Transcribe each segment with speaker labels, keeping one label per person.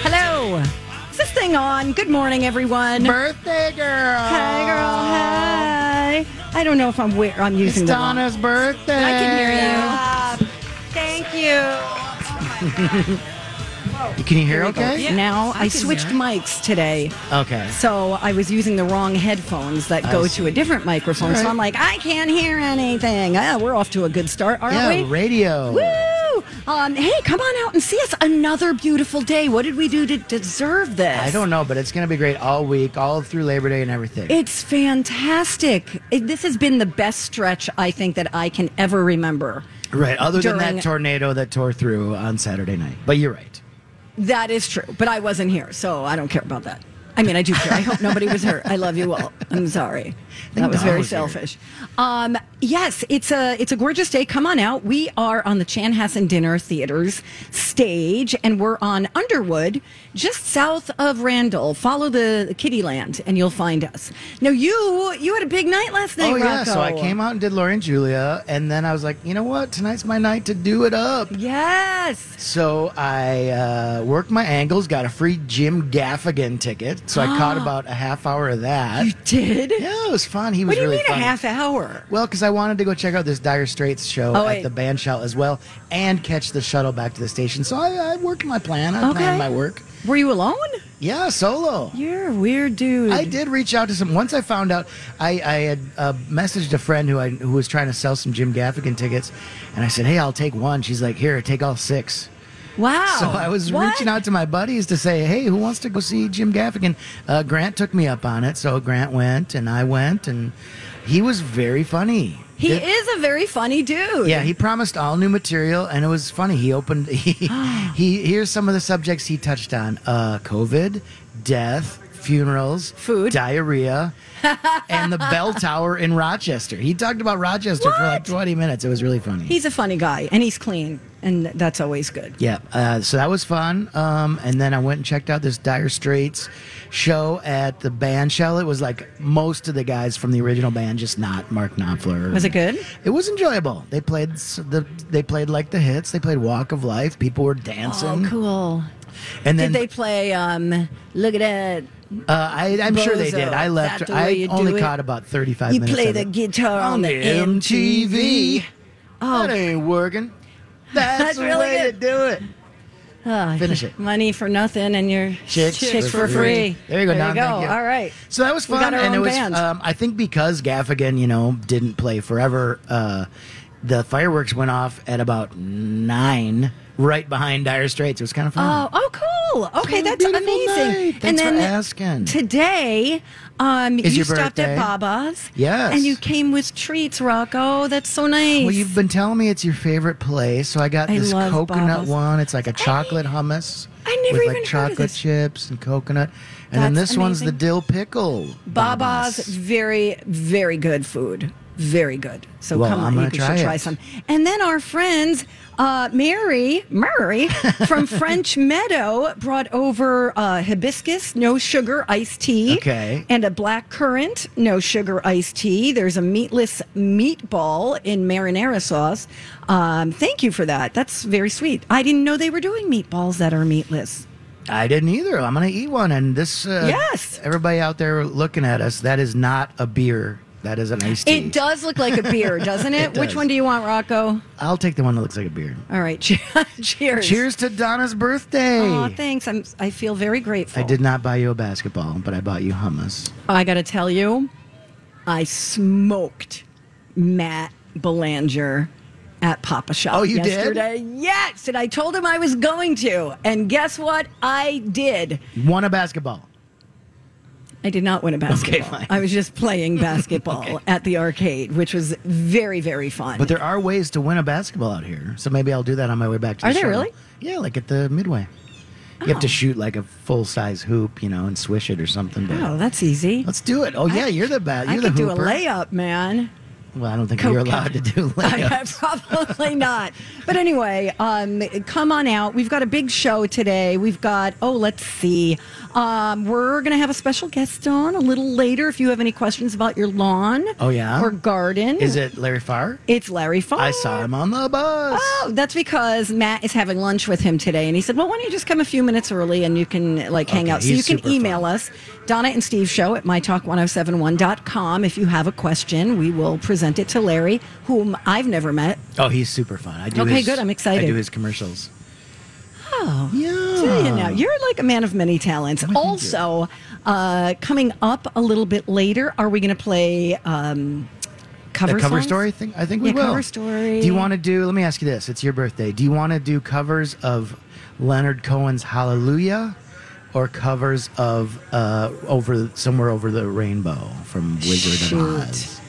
Speaker 1: Hello. Is this thing on? Good morning, everyone.
Speaker 2: Birthday girl.
Speaker 1: Hi, girl. Hi. I don't know if I'm where I'm
Speaker 2: It's
Speaker 1: using the wrong-
Speaker 2: Donna's birthday.
Speaker 1: I can hear you. Thank you.
Speaker 2: you. Can you hear okay?
Speaker 1: now I, switched mics today,
Speaker 2: Okay.
Speaker 1: so I was using the wrong headphones that go to a different microphone. So
Speaker 2: Alright.
Speaker 1: I'm like, I can't hear anything. Ah, we're off to a good start, aren't
Speaker 2: Yeah,
Speaker 1: we?
Speaker 2: radio.
Speaker 1: Woo! Um, hey, come on out and see us another beautiful day. What did we do to deserve this?
Speaker 2: I don't know, but it's going to be great all week, all through Labor Day and everything.
Speaker 1: It's fantastic. It, this has been the best stretch I think that I can ever remember.
Speaker 2: right, other than
Speaker 1: during-
Speaker 2: that tornado that tore through on Saturday night. But you're right.
Speaker 1: That is true, but I wasn't here, so I don't care about that. I mean, I do care. I hope nobody was hurt. I love you all. I'm sorry. That was
Speaker 2: Don
Speaker 1: very
Speaker 2: was here.
Speaker 1: selfish. Um, yes, it's a it's a gorgeous day. Come on out. We are on the Chanhassen Dinner Theaters stage, and we're on Underwood, just south of Randall. Follow the Kittyland, and you'll find us. Now, you you had a big night last night.
Speaker 2: oh, yeah. So I
Speaker 1: Rocco.
Speaker 2: came out and did Lauren Julia, and then I was like, you know what? Tonight's my night to do it up.
Speaker 1: Yes.
Speaker 2: So I uh, worked my angles, got a free Jim Gaffigan ticket. So I caught about a half hour of that.
Speaker 1: did?
Speaker 2: Yeah, it was fun. He was
Speaker 1: What do you
Speaker 2: really
Speaker 1: mean
Speaker 2: funny.
Speaker 1: a half hour?
Speaker 2: Well, because I wanted to go check out this Dire Straits show
Speaker 1: Oh,
Speaker 2: at
Speaker 1: wait.
Speaker 2: the band shell as well and catch the shuttle back to the station. So I, I worked my plan. I
Speaker 1: Okay.
Speaker 2: planned my work.
Speaker 1: Were you alone?
Speaker 2: Yeah, solo.
Speaker 1: You're a weird dude.
Speaker 2: I did reach out to some. Once I found out, I, I had uh, messaged a friend who I who was trying to sell some Jim Gaffigan tickets, and I said, "Hey, I'll take one." She's like, "Here, take all six.
Speaker 1: Wow.
Speaker 2: So I was
Speaker 1: What?
Speaker 2: reaching out to my buddies to say, "Hey, who wants to go see Jim Gaffigan?" Uh, Grant took me up on it, so Grant went, and I went, and he was very funny.
Speaker 1: He
Speaker 2: It-
Speaker 1: is a very funny dude.
Speaker 2: Yeah, he promised all new material, and it was funny. He opened. He, he here's some of the subjects he touched on: uh, COVID, death, funerals,
Speaker 1: Food.
Speaker 2: diarrhea, and the bell tower in Rochester. He talked about Rochester for like 20 minutes. It was really funny.
Speaker 1: He's a funny guy and he's clean and that's always good.
Speaker 2: yeah, uh, so that was fun. Um, and then I went and checked out this Dire Straits show at the band shell. It was like most of the guys from the original band, just not Mark Knopfler.
Speaker 1: Was it good?
Speaker 2: It was enjoyable. They played s- the they played like the hits. They played Walk of Life. People were dancing.
Speaker 1: Oh, cool.
Speaker 2: Um, And then
Speaker 1: Did they play um look at that
Speaker 2: uh, I, I'm sure they
Speaker 1: Bozo,
Speaker 2: did. I
Speaker 1: That
Speaker 2: left.
Speaker 1: the Way
Speaker 2: I
Speaker 1: You Do
Speaker 2: only
Speaker 1: It?
Speaker 2: caught about 35
Speaker 1: you
Speaker 2: minutes.
Speaker 1: play
Speaker 2: of
Speaker 1: the
Speaker 2: it.
Speaker 1: guitar on, the, MTV.
Speaker 2: That ain't working. That's,
Speaker 1: Oh. That's
Speaker 2: the
Speaker 1: really
Speaker 2: way
Speaker 1: good.
Speaker 2: to do it. Finish it.
Speaker 1: Money for nothing and your
Speaker 2: Chicks
Speaker 1: chicks
Speaker 2: for
Speaker 1: for free.
Speaker 2: free. There you go,
Speaker 1: There
Speaker 2: Don,
Speaker 1: you go.
Speaker 2: thank you.
Speaker 1: All right.
Speaker 2: So that was
Speaker 1: We
Speaker 2: fun,
Speaker 1: got our
Speaker 2: and
Speaker 1: own
Speaker 2: it was.
Speaker 1: band.
Speaker 2: Um, I think because Gaffigan, you know, didn't play forever. Uh, the fireworks went off at about nine, right behind Dire Straits. It was kind of fun.
Speaker 1: Oh, oh, cool. Okay,
Speaker 2: been a
Speaker 1: that's
Speaker 2: beautiful
Speaker 1: amazing.
Speaker 2: night.
Speaker 1: and
Speaker 2: Thanks for
Speaker 1: then
Speaker 2: asking.
Speaker 1: Today, um,
Speaker 2: Is
Speaker 1: you
Speaker 2: your
Speaker 1: stopped
Speaker 2: birthday?
Speaker 1: at Baba's.
Speaker 2: Yes.
Speaker 1: And you came with treats, Rocco. That's so nice.
Speaker 2: Well, you've been telling me it's your favorite place, so I got
Speaker 1: I
Speaker 2: this
Speaker 1: love
Speaker 2: coconut
Speaker 1: Baba's.
Speaker 2: one. It's like a chocolate hummus.
Speaker 1: I never
Speaker 2: with
Speaker 1: even heard
Speaker 2: like
Speaker 1: of
Speaker 2: chocolate
Speaker 1: this.
Speaker 2: chips and coconut, and then
Speaker 1: That's
Speaker 2: this one's the
Speaker 1: amazing.
Speaker 2: dill pickle.
Speaker 1: Baba's very, very good food. Very good. So
Speaker 2: Well,
Speaker 1: come
Speaker 2: I'm
Speaker 1: on,
Speaker 2: gonna
Speaker 1: you
Speaker 2: try
Speaker 1: should try
Speaker 2: it.
Speaker 1: some. And then our friends, uh, Mary Murray from French Meadow brought over uh, hibiscus, no sugar iced tea.
Speaker 2: Okay.
Speaker 1: And a black currant, no sugar iced tea. There's a meatless meatball in marinara sauce. Um, thank you for that. That's very sweet. I didn't know they were doing meatballs that are meatless.
Speaker 2: I didn't either. I'm gonna eat one, and this. Uh,
Speaker 1: Yes.
Speaker 2: Everybody out there looking at us, that is not a beer. That is an iced tea.
Speaker 1: It does look like a beer, doesn't it?
Speaker 2: It
Speaker 1: Which
Speaker 2: does.
Speaker 1: one do you want, Rocco?
Speaker 2: I'll take the one that looks like a beer.
Speaker 1: All right, che- cheers.
Speaker 2: Cheers to Donna's birthday.
Speaker 1: Oh, thanks. I'm. I feel very grateful.
Speaker 2: I did not buy you a basketball, but I bought you hummus.
Speaker 1: I got to tell you, I smoked Matt Belanger at Papa Shop.
Speaker 2: Oh, you did?
Speaker 1: yesterday. did? Yes, and I told him I was going to, and guess what? I did.
Speaker 2: Won a basketball.
Speaker 1: I did not win a basketball.
Speaker 2: fine.
Speaker 1: I was just playing basketball at the arcade, which was very, very fun.
Speaker 2: But there are ways to win a basketball out here. So maybe I'll do that on my way back to the
Speaker 1: Are there
Speaker 2: show.
Speaker 1: really? Oh.
Speaker 2: Yeah, like at the midway. You have to shoot like a full size hoop, you know, and swish it or something. But
Speaker 1: oh, that's easy.
Speaker 2: let's do it. Oh yeah, you're the best.
Speaker 1: I
Speaker 2: You're the
Speaker 1: could do a
Speaker 2: hooper.
Speaker 1: layup, man.
Speaker 2: Well, I don't think
Speaker 1: Coke
Speaker 2: you're
Speaker 1: can-
Speaker 2: allowed to do
Speaker 1: I-
Speaker 2: layups.
Speaker 1: probably not. But anyway, um, come on out. We've got a big show today. We've got, oh, let's see. Um, we're going to have a special guest on a little later if you have any questions about your lawn.
Speaker 2: Oh, yeah?
Speaker 1: Or garden.
Speaker 2: Is it Larry Farr?
Speaker 1: It's Larry Farr.
Speaker 2: I saw him on the bus.
Speaker 1: Oh, that's because Matt is having lunch with him today, and he said, "Well, why don't you just come a few minutes early and you can like hang
Speaker 2: Okay,
Speaker 1: out?" So
Speaker 2: he's
Speaker 1: you can
Speaker 2: super
Speaker 1: email
Speaker 2: fun.
Speaker 1: us, Donna and Steve Show at mytalk1071.com. If you have a question, we will present it to Larry, whom I've never met.
Speaker 2: Oh, he's super fun. I do.
Speaker 1: Okay,
Speaker 2: his-
Speaker 1: good. I'm excited.
Speaker 2: I do his commercials.
Speaker 1: Oh,
Speaker 2: Yeah.
Speaker 1: tell you now, you're like a man of many talents. Also, uh, coming up a little bit later, are we going to play um, cover
Speaker 2: the cover
Speaker 1: songs?
Speaker 2: story thing. I think we
Speaker 1: Yeah,
Speaker 2: will.
Speaker 1: cover story.
Speaker 2: Do you want to do? Let me ask you this: It's your birthday. Do you want to do covers of Leonard Cohen's "Hallelujah" or covers of uh, "Over Somewhere Over the Rainbow" from Wizard of Oz?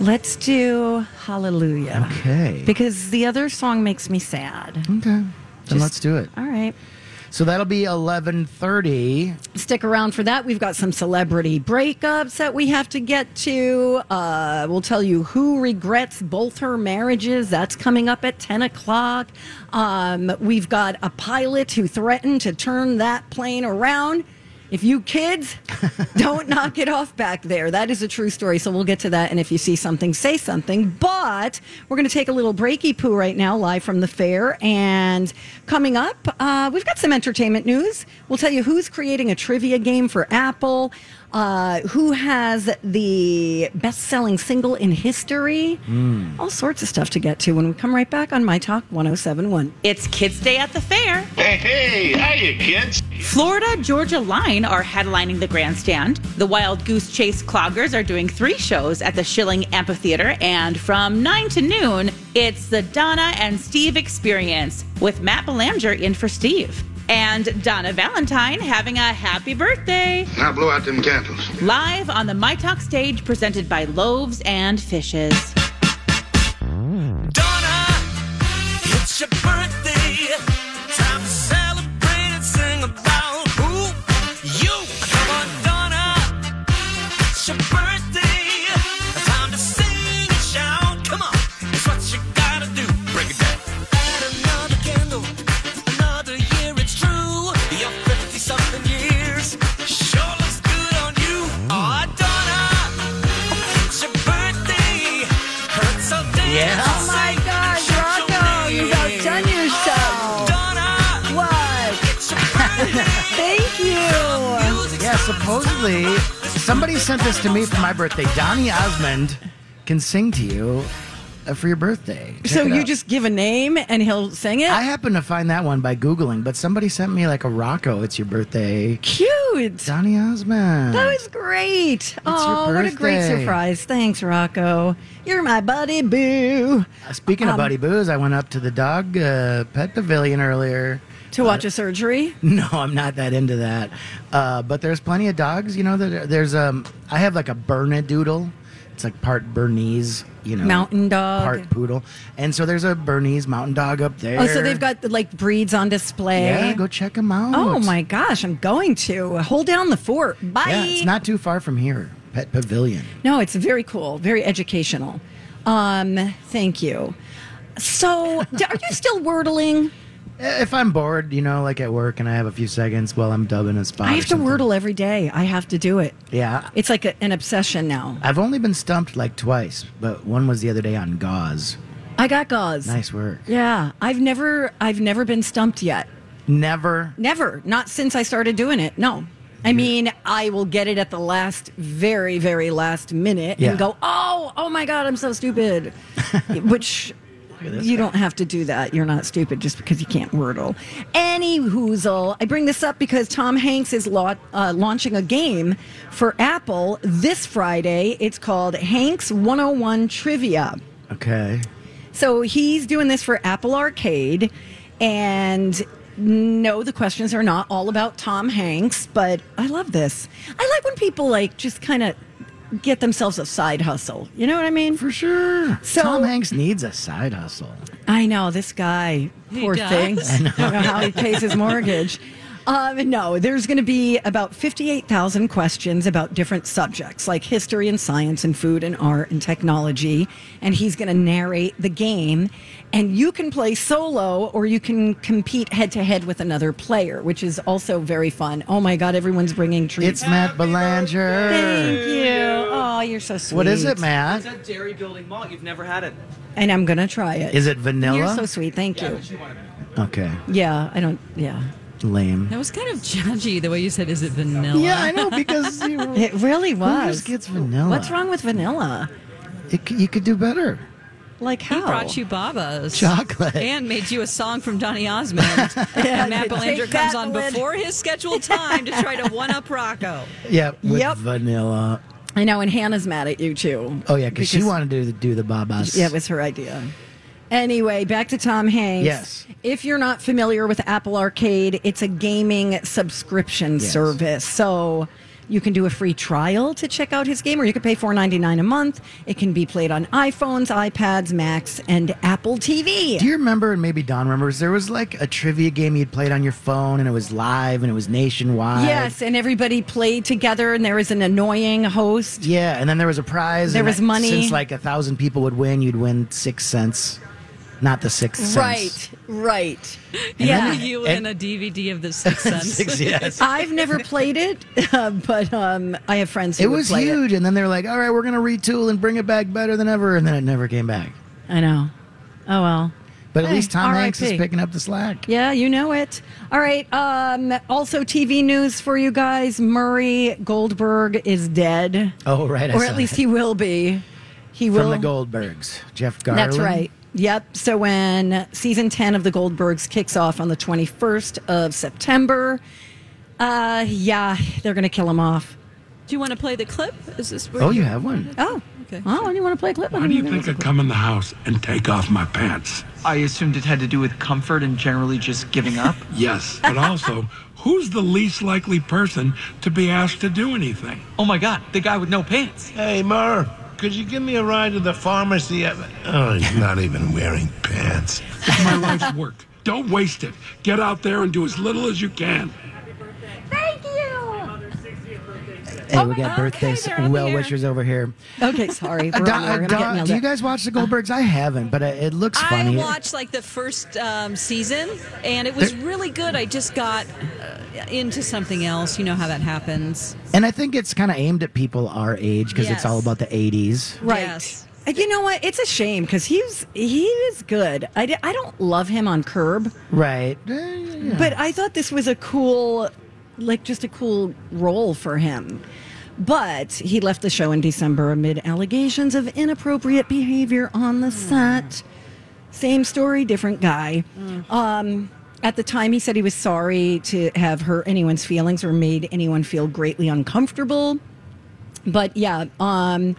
Speaker 1: Let's do Hallelujah.
Speaker 2: Okay. Mm-hmm.
Speaker 1: Because the other song makes me sad.
Speaker 2: okay. Then
Speaker 1: Just-
Speaker 2: let's do it.
Speaker 1: All right.
Speaker 2: So that'll be eleven thirty.
Speaker 1: Stick around for that. We've got some celebrity breakups that we have to get to. Uh, we'll tell you who regrets both her marriages. That's coming up at 10 o'clock. Um, we've got a pilot who threatened to turn that plane around. If you kids don't knock it off back there, that is a true story. So we'll get to that. And if you see something, say something. But we're going to take a little breaky poo right now, live from the fair. And coming up, uh, we've got some entertainment news. We'll tell you who's creating a trivia game for Apple, uh, who has the best selling single in history,
Speaker 2: Hmm.
Speaker 1: all sorts of stuff to get to when we come right back on My Talk 1071.
Speaker 3: It's Kids Day at the Fair.
Speaker 4: Hey, hey, hiya, kids.
Speaker 3: Florida Georgia Line are headlining the grandstand. The Wild Goose Chase Cloggers are doing three shows at the Schilling Amphitheater. And from 9 to noon, it's the Donna and Steve Experience with Matt Belanger in for Steve. And Donna Valentine having a happy birthday
Speaker 4: Now blow out them candles.
Speaker 3: live on the My Talk stage presented by Loaves and Fishes.
Speaker 5: Donna, it's your birthday. Time to celebrate and sing about who you are. Donna, it's your birthday. Time to sing and shout. Come on, it's what you gotta do. Break it down. Add another candle, another year. It's true, you're 50 something years. Sure looks good on you. Aw, Donna, it's your birthday. Hurts so damn.
Speaker 2: Yeah.
Speaker 5: Oh my gosh, Rocco, you've outdone yourself.
Speaker 1: What? Thank you.
Speaker 2: Yeah, supposedly somebody sent this to me for my birthday. Donny Osmond can sing to you uh, for your birthday. Check
Speaker 1: So
Speaker 2: it
Speaker 1: you
Speaker 2: out.
Speaker 1: just give a name and he'll sing it?
Speaker 2: I happened to find that one by Googling, but somebody sent me like a Rocco, it's your birthday.
Speaker 1: Cute.
Speaker 2: Donny Osmond.
Speaker 1: That was great. oh, what a great
Speaker 2: birthday.
Speaker 1: surprise. Thanks, Rocco. You're my buddy boo.
Speaker 2: Uh, Speaking of
Speaker 1: um,
Speaker 2: Buddy Booze, I went up to the dog uh, pet pavilion earlier.
Speaker 1: To watch a surgery?
Speaker 2: No, I'm not that into that. Uh, but there's plenty of dogs, you know. That there's um, I have like a Bernedoodle. It's like part Bernese, you know,
Speaker 1: Mountain dog.
Speaker 2: part poodle, and so there's a Bernese mountain dog up there.
Speaker 1: Oh, so they've got like breeds on display.
Speaker 2: yeah, go check them out.
Speaker 1: Oh my gosh, I'm going to. Hold down the fort. Bye.
Speaker 2: Yeah, it's not too far from here. Pet Pavilion.
Speaker 1: No, it's very cool, very educational. Um, thank you. So, d- are you still wordling?
Speaker 2: If I'm bored, you know, like at work, and I have a few seconds while I'm dubbing a spot.
Speaker 1: I
Speaker 2: or
Speaker 1: have to
Speaker 2: something.
Speaker 1: wordle every day. I have to do it.
Speaker 2: Yeah,
Speaker 1: It's like a, an obsession now.
Speaker 2: I've only been stumped like twice, but one was the other day on gauze.
Speaker 1: I got gauze.
Speaker 2: Nice work.
Speaker 1: Yeah, I've never I've never been stumped yet.
Speaker 2: Never
Speaker 1: Never. Not since I started doing it. No. I mean, I will get it at the last, very, very last minute
Speaker 2: Yeah.
Speaker 1: and go, oh, oh my God, I'm so stupid. Which you don't have to do that. You're not stupid just because you can't wordle. Any hoozle. I bring this up because Tom Hanks is lo- uh, launching a game for Apple this Friday. It's called Hanks 101 Trivia.
Speaker 2: Okay.
Speaker 1: So he's doing this for Apple Arcade, and no, the questions are not all about Tom Hanks, but I love this. I like when people like just kind of get themselves a side hustle. You know what I mean? For
Speaker 2: sure.
Speaker 1: So
Speaker 2: Tom Hanks needs a side hustle.
Speaker 1: I know this guy,
Speaker 2: He
Speaker 1: poor
Speaker 2: does. I
Speaker 1: thing. I
Speaker 2: know.
Speaker 1: don't know how he pays his mortgage. Um, no, there's going to be about 58,000 questions about different subjects like history and science and food and art and technology. And he's going to narrate the game. And you can play solo or you can compete head to head with another player, which is also very fun. Oh my God, everyone's bringing treats.
Speaker 2: It's Matt Belanger.
Speaker 1: Thank you. Oh, you're so sweet.
Speaker 2: What is it, Matt?
Speaker 6: It's a dairy building malt. You've never had it.
Speaker 1: And I'm going to try it.
Speaker 2: Is it vanilla?
Speaker 1: You're so sweet. Thank
Speaker 6: Yeah,
Speaker 1: you.
Speaker 6: but you want it.
Speaker 2: Okay.
Speaker 1: Yeah, I don't. Yeah.
Speaker 2: Lame.
Speaker 7: That was kind of judgy the way you said, "Is it vanilla?"
Speaker 2: Yeah, I know because you,
Speaker 1: It really was.
Speaker 2: Who just gets vanilla?
Speaker 1: What's wrong with vanilla?
Speaker 2: It, c- you could do better.
Speaker 1: Like
Speaker 7: He
Speaker 1: how?
Speaker 7: brought you babas,
Speaker 2: Chocolate.
Speaker 7: and made you a song from Donny Osmond. and Matt
Speaker 1: take
Speaker 7: Belanger
Speaker 1: that,
Speaker 7: comes on
Speaker 1: Belanger.
Speaker 7: before his scheduled time to try to one up Rocco.
Speaker 2: Yeah, with
Speaker 1: Yep.
Speaker 2: vanilla.
Speaker 1: I know, and Hannah's mad at you too.
Speaker 2: Oh yeah, because she wanted to do the babas.
Speaker 1: Yeah, it was her idea. Anyway, back to Tom Hanks.
Speaker 2: Yes.
Speaker 1: If you're not familiar with Apple Arcade, it's a gaming subscription
Speaker 2: Yes.
Speaker 1: service. So you can do a free trial to check out his game, or you can pay $4.99 a month. It can be played on iPhones, iPads, Macs, and Apple TV.
Speaker 2: Do you remember, and maybe Don remembers, there was like a trivia game you'd played on your phone and it was live and it was nationwide.
Speaker 1: Yes, and everybody played together, and there was an annoying host.
Speaker 2: Yeah, and then there was a prize.
Speaker 1: There
Speaker 2: and
Speaker 1: was money.
Speaker 2: Since like a thousand people would win, you'd win six cents. Not the six cents.
Speaker 1: Right, right.
Speaker 7: And
Speaker 1: yeah.
Speaker 7: then you win a DVD of The Sixth Sense.
Speaker 2: Six, yes.
Speaker 1: I've never played it, uh, but um, I have friends who
Speaker 2: It
Speaker 1: would
Speaker 2: was
Speaker 1: play
Speaker 2: huge, and then they were like, "All right, we're gonna retool and bring it back better than ever," and then it never came back.
Speaker 1: I know. Oh well.
Speaker 2: But at
Speaker 1: Hey,
Speaker 2: least Tom Hanks is
Speaker 1: RIP.
Speaker 2: picking up the slack.
Speaker 1: Yeah, you know it. All right. Um, also, TV news for you guys: Murray Goldberg is dead,
Speaker 2: Oh right, I
Speaker 1: or
Speaker 2: saw
Speaker 1: at least
Speaker 2: that.
Speaker 1: he will be. He
Speaker 2: from
Speaker 1: will.
Speaker 2: the Goldbergs, Jeff Garland.
Speaker 1: That's right. Yep. So when season 10 of The Goldbergs kicks off on the 21st of September, uh, yeah, they're going to kill him off.
Speaker 7: Do you want to play the clip? Is this where
Speaker 2: Oh, you have one.
Speaker 1: Oh, okay. Oh, and you want to play a clip?
Speaker 8: Why do you think I come in the house and take off my pants?
Speaker 6: I assumed it had to do with comfort and generally just giving up.
Speaker 8: Yes, but also, who's the least likely person to be asked to do anything?
Speaker 6: Oh my God, the guy with no pants.
Speaker 9: Hey, Mur, could you give me a ride to the pharmacy? Uh,
Speaker 8: Oh, he's not even wearing pants. It's my life's work. Don't waste it. Get out there and do as little as you can.
Speaker 5: Thank you.
Speaker 1: oh
Speaker 2: Hey, we got birthday well wishers over here.
Speaker 1: Okay, sorry.
Speaker 2: Uh,
Speaker 1: We're
Speaker 2: Don-
Speaker 1: on the air. I'm
Speaker 2: uh,
Speaker 1: getting
Speaker 2: Don-
Speaker 1: yelled
Speaker 2: do you
Speaker 1: at.
Speaker 2: guys watch the Goldbergs? I haven't, but it, it looks
Speaker 7: I
Speaker 2: funny.
Speaker 7: watched like the first um, season, and it was really good. I just got uh, into something else. You know how that happens.
Speaker 2: and I think it's kind of aimed at people our age because it's
Speaker 7: Yes.
Speaker 2: all about the '80s.
Speaker 1: Right. And You know what? It's a shame because he's he is good. I, d- I don't love him on Curb,
Speaker 2: Right.
Speaker 1: but I thought this was a cool, like just a cool role for him. But he left the show in December amid allegations of inappropriate behavior on the set. Same story, different guy. Um, at the time, he said he was sorry to have hurt anyone's feelings or made anyone feel greatly uncomfortable. But yeah, um,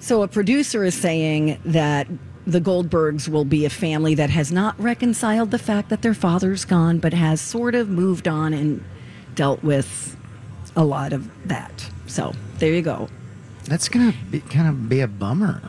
Speaker 1: so a producer is saying that the Goldbergs will be a family that has not reconciled the fact that their father's gone, but has sort of moved on and dealt with a lot of that. So there you go.
Speaker 2: That's gonna be, kind of be a bummer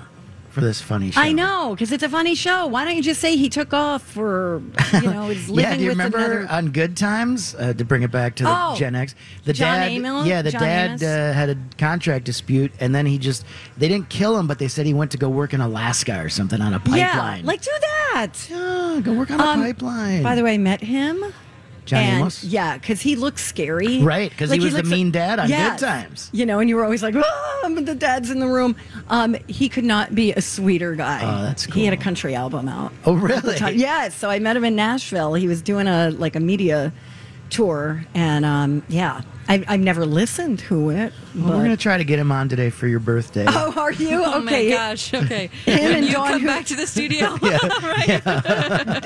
Speaker 2: for this funny show.
Speaker 1: I know because it's a funny show. Why don't you just say he took off for you know is living
Speaker 2: yeah, do you
Speaker 1: with
Speaker 2: remember
Speaker 1: another?
Speaker 2: on Good Times uh, to bring it back to the
Speaker 1: Oh,
Speaker 2: Gen X? The
Speaker 1: John
Speaker 2: dad,
Speaker 1: Amos-
Speaker 2: yeah, the
Speaker 1: John
Speaker 2: dad
Speaker 1: Amos?
Speaker 2: uh, had a contract dispute, and then he just they didn't kill him, but they said he went to go work in Alaska or something on a pipeline.
Speaker 1: Yeah, like do that.
Speaker 2: go work on a pipeline.
Speaker 1: By the way, I met him.
Speaker 2: John
Speaker 1: and,
Speaker 2: Amos?
Speaker 1: Yeah, because he looks scary.
Speaker 2: Right, 'cause he was the
Speaker 1: looks-
Speaker 2: mean dad on Good
Speaker 1: Yes.
Speaker 2: Times.
Speaker 1: You know, and you were always like, oh, the dad's in the room. Um, he could not be a sweeter guy.
Speaker 2: Oh, that's
Speaker 1: He had a country album out.
Speaker 2: Oh,
Speaker 1: at the
Speaker 2: really?
Speaker 1: time. Yes. So I met him in Nashville. He was doing a like a media tour, and um, yeah, I, I've never listened to it.
Speaker 2: Well, we're
Speaker 1: but-
Speaker 2: gonna try to get him on today for your birthday.
Speaker 1: Oh, are you?
Speaker 7: Oh my
Speaker 1: okay.
Speaker 7: gosh. Okay.
Speaker 1: Him
Speaker 7: When
Speaker 1: and
Speaker 7: you
Speaker 1: Dawn
Speaker 7: come
Speaker 1: who-
Speaker 7: back to the studio.
Speaker 10: Yeah.
Speaker 7: right.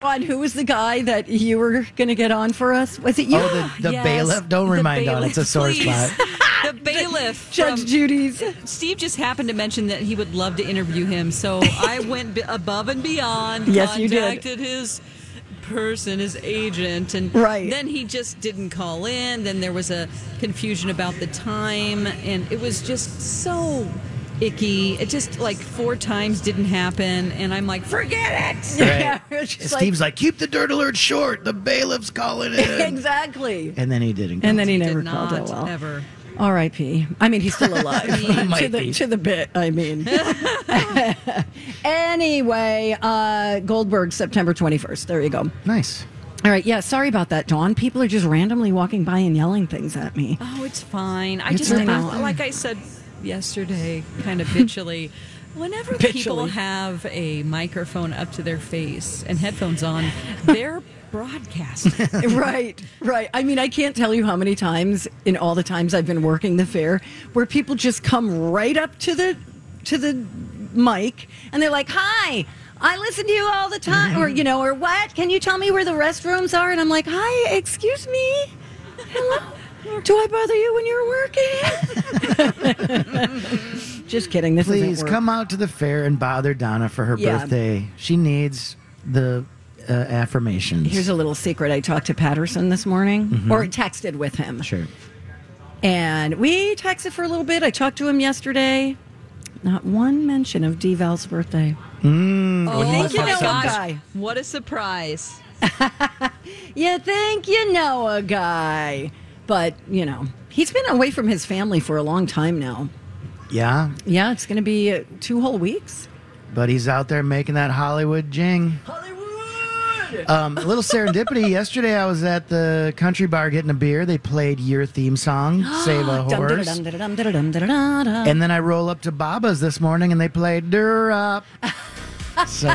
Speaker 1: God, who was the guy that you were going to get on for us? Was it you?
Speaker 2: Oh, the, the bailiff. Don't remind on. It's a sore spot.
Speaker 7: The bailiff.
Speaker 1: Judge Judy's.
Speaker 7: Steve just happened to mention that he would love to interview him, so I went b- above and beyond.
Speaker 1: Yes, you did.
Speaker 7: Contacted his person, his agent, and
Speaker 1: Right.
Speaker 7: then he just didn't call in. Then there was a confusion about the time, and it was just so icky. It just like four times didn't happen, and I'm like, forget it.
Speaker 2: Right.
Speaker 1: it's just like-
Speaker 2: Steve's like, keep the dirt alert short. The bailiff's calling in.
Speaker 1: exactly.
Speaker 2: and then he didn't.
Speaker 1: And then he
Speaker 2: call.
Speaker 1: never called it well.
Speaker 7: Ever.
Speaker 1: R.I.P. I mean, he's still alive. to,
Speaker 2: Might
Speaker 1: the,
Speaker 2: be.
Speaker 1: to the bit, I mean. anyway, uh, Goldberg, September 21st. There you go.
Speaker 2: Nice.
Speaker 1: All right. Yeah. Sorry about that, Dawn. People are just randomly walking by and yelling things at me.
Speaker 7: Oh, it's fine. I
Speaker 1: It's
Speaker 7: just,
Speaker 1: really
Speaker 7: I-
Speaker 1: not.
Speaker 7: like I said yesterday, kind of bitchily, whenever people
Speaker 1: Bitchily.
Speaker 7: have a microphone up to their face and headphones on, they're broadcasting.
Speaker 1: right, right. I mean, I can't tell you how many times in all the times I've been working the fair where people just come right up to the to the mic and they're like, "Hi, I listen to you all the time," or you know, or what? Can you tell me where the restrooms are? And I'm like, "Hi, excuse me, hello." Do I bother you when you're working? Just kidding. This
Speaker 2: Please
Speaker 1: isn't work.
Speaker 2: come out to the fair and bother Donna for her
Speaker 1: Yeah.
Speaker 2: birthday. She needs the uh, affirmations.
Speaker 1: Here's a little secret. I talked to Patterson this morning,
Speaker 2: Mm-hmm.
Speaker 1: or texted with him.
Speaker 2: sure.
Speaker 1: And we texted for a little bit. I talked to him yesterday. Not one mention of D Val's birthday.
Speaker 2: Mm,
Speaker 7: Oh,
Speaker 1: think you
Speaker 7: my
Speaker 1: know a
Speaker 7: gosh.
Speaker 1: guy.
Speaker 7: What a surprise.
Speaker 1: You think you know a guy. But, you know, he's been away from his family for a long time now.
Speaker 2: Yeah,
Speaker 1: Yeah, it's going to be uh, two whole weeks.
Speaker 2: but he's out there making that Hollywood jing. Hollywood. Um, a little serendipity. Yesterday, I was at the country bar getting a beer. They played your theme song, "Save a Horse."
Speaker 1: And
Speaker 2: And then I roll up to Baba's this morning and they play Dur Up. So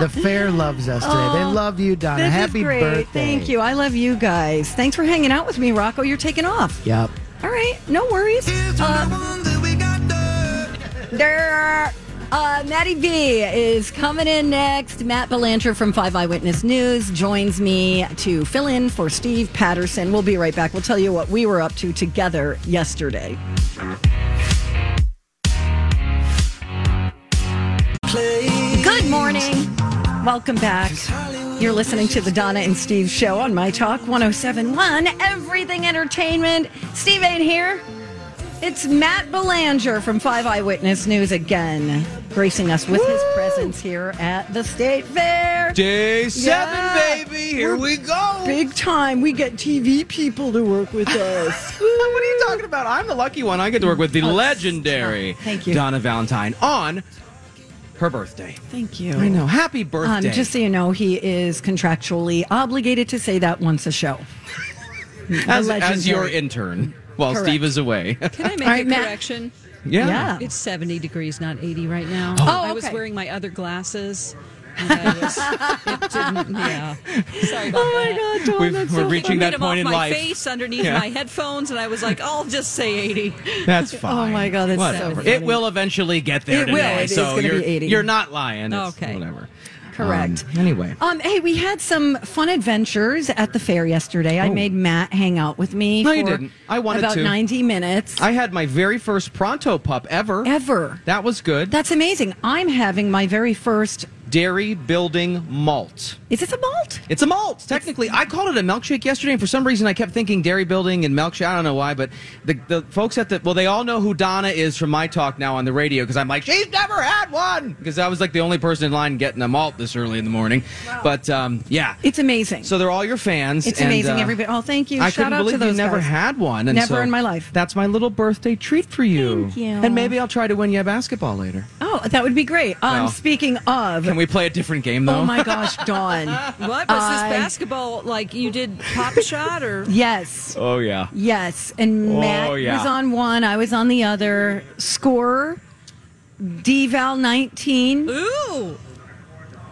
Speaker 2: the fair loves us today. they love you, Donna.
Speaker 1: Oh, this
Speaker 2: Happy
Speaker 1: is great.
Speaker 2: birthday.
Speaker 1: Thank you. I love you guys. Thanks for hanging out with me, Rocco. You're taking off.
Speaker 2: Yep.
Speaker 1: All right, no worries. Uh, there, uh, Maddie V is coming in next. Matt Belanger from Five Eyewitness News joins me to fill in for Steve Patterson. We'll be right back. We'll tell you what we were up to together yesterday. Good morning. Welcome back. You're listening to the Donna and Steve show on My Talk 1071, Everything Entertainment. Steve ain't here. It's Matt Belanger from Five Eyewitness News again, gracing us with his presence here at the State Fair.
Speaker 11: Day seven,
Speaker 1: Yeah.
Speaker 11: baby. Here
Speaker 1: We're
Speaker 11: we go.
Speaker 1: Big time. We get TV people to work with us. Oh,
Speaker 11: what are you talking about? I'm the lucky one. I get to work with the legendary
Speaker 1: thank you.
Speaker 11: Donna Valentine on her birthday.
Speaker 1: Thank you.
Speaker 11: I know. Happy
Speaker 1: Um,
Speaker 11: birthday.
Speaker 1: just so you know, he is contractually obligated to say that once a show.
Speaker 11: as,
Speaker 1: the
Speaker 11: as your
Speaker 1: legendary.
Speaker 11: intern while
Speaker 1: Correct.
Speaker 11: Steve is away.
Speaker 7: Can I make
Speaker 1: right,
Speaker 7: a
Speaker 1: Matt.
Speaker 7: correction?
Speaker 11: Yeah.
Speaker 1: Yeah.
Speaker 7: It's 70 degrees, not 80 right now.
Speaker 1: Oh,
Speaker 7: I was
Speaker 1: okay.
Speaker 7: wearing my other glasses. and I was- it didn't, yeah. Sorry about that.
Speaker 1: Oh my God, Dawn,
Speaker 11: We've-
Speaker 1: that's
Speaker 11: we're
Speaker 1: so
Speaker 11: reaching
Speaker 1: funny.
Speaker 11: that
Speaker 7: Hit 'em
Speaker 11: point
Speaker 7: off
Speaker 11: in
Speaker 7: my
Speaker 11: life.
Speaker 7: face underneath
Speaker 11: Yeah.
Speaker 7: my headphones, and I was like, I'll just say 80.
Speaker 11: That's fine.
Speaker 1: Oh my God, that's so
Speaker 11: Whatever.
Speaker 1: funny.
Speaker 11: It will eventually get there
Speaker 1: It will.
Speaker 11: today.
Speaker 1: It is
Speaker 11: so
Speaker 1: gonna be
Speaker 11: you're,
Speaker 1: 80.
Speaker 11: you're not lying. It's
Speaker 7: Okay.
Speaker 11: Whatever.
Speaker 1: Correct.
Speaker 2: Um, anyway.
Speaker 1: Um, hey, we had some fun adventures at the fair yesterday. I made Matt hang out with me.
Speaker 11: Oh. No,
Speaker 1: for
Speaker 11: you didn't. I wanted
Speaker 1: about
Speaker 11: to.
Speaker 1: ninety minutes.
Speaker 11: I had my very first pronto pup ever.
Speaker 1: Ever.
Speaker 11: That was good.
Speaker 1: That's amazing. I'm having my very first.
Speaker 11: Dairy building malt.
Speaker 1: Is this a malt?
Speaker 11: It's a malt. Technically, I called it a milkshake yesterday, and for some reason, I kept thinking dairy building and milkshake. I don't know why, but the, the folks at the well, they all know who Donna is from my talk now on the radio because I'm like, she's never had one because I was like the only person in line getting a malt this early in the morning. But um, yeah,
Speaker 1: It's amazing.
Speaker 11: so they're all your fans.
Speaker 1: It's
Speaker 11: and,
Speaker 1: amazing.
Speaker 11: uh,
Speaker 1: Everybody. Oh, thank you.
Speaker 11: I
Speaker 1: Shout
Speaker 11: couldn't
Speaker 1: out
Speaker 11: believe
Speaker 1: to
Speaker 11: you
Speaker 1: those
Speaker 11: never
Speaker 1: guys.
Speaker 11: had one. and
Speaker 1: Never
Speaker 11: so
Speaker 1: in my life.
Speaker 11: That's my little birthday treat for you.
Speaker 1: Thank you.
Speaker 11: And maybe I'll try to win you a basketball later.
Speaker 1: Oh, that would be great. Um,
Speaker 11: Well,
Speaker 1: speaking of.
Speaker 11: Can we play a different game though?
Speaker 1: Oh my gosh, Dawn. what
Speaker 7: was this basketball? Like you did pop shot or?
Speaker 1: Yes.
Speaker 11: Oh yeah.
Speaker 1: Yes, and
Speaker 11: Oh,
Speaker 1: Matt
Speaker 11: yeah.
Speaker 1: was on one. I was on the other. Scorer, Deval nineteen.
Speaker 7: Ooh,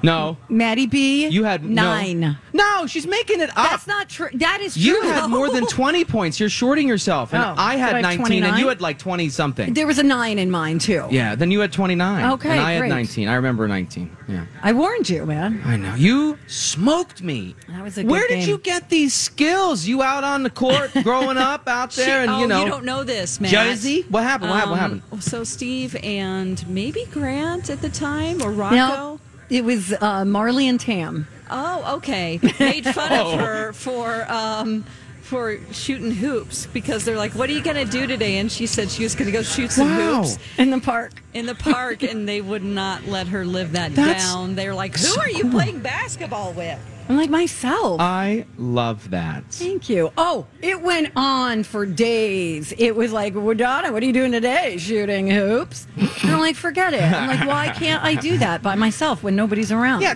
Speaker 11: No.
Speaker 1: Maddie B.
Speaker 11: You had no.
Speaker 1: nine.
Speaker 11: No, she's making it up.
Speaker 1: That's not true. That is true.
Speaker 11: You had more than 20 points. You're shorting yourself. And
Speaker 1: Oh,
Speaker 11: I
Speaker 1: did I
Speaker 11: had
Speaker 1: have
Speaker 11: 19
Speaker 1: 29?
Speaker 11: and you had like 20 something.
Speaker 1: There was a nine in mine too.
Speaker 11: yeah, then you had 29.
Speaker 1: Okay,
Speaker 11: And I had
Speaker 1: great.
Speaker 11: 19. I remember 19. Yeah.
Speaker 1: I warned you, man.
Speaker 11: I know. You smoked me.
Speaker 1: That was a
Speaker 11: Where
Speaker 1: good
Speaker 11: did
Speaker 1: game.
Speaker 11: you get these skills? You out on the court growing up out
Speaker 7: She-
Speaker 11: there and
Speaker 7: oh,
Speaker 11: you know.
Speaker 7: you don't know this, man.
Speaker 11: Josie? What happened? What
Speaker 1: Um,
Speaker 11: happened? What
Speaker 7: So Steve and maybe Grant at the time or Rocco.
Speaker 1: No, it was uh, Marley and Tam.
Speaker 7: Oh, okay. Made fun
Speaker 11: Oh.
Speaker 7: of her for um, for shooting hoops because they're like, "What are you going to do today?" And she said she was going to go shoot some
Speaker 11: Wow.
Speaker 7: hoops
Speaker 1: in the park.
Speaker 7: In the park, and they would not let her live that
Speaker 11: That's
Speaker 7: down. They're like, "Who
Speaker 11: so
Speaker 7: are you
Speaker 11: cool.
Speaker 7: playing basketball with?"
Speaker 1: I'm like myself.
Speaker 11: I love that.
Speaker 1: Thank you. Oh, it went on for days. It was like, well, Donna, what are you doing today? Shooting hoops. And I'm like, forget it. I'm like, why can't I do that by myself when nobody's around?
Speaker 11: Yeah,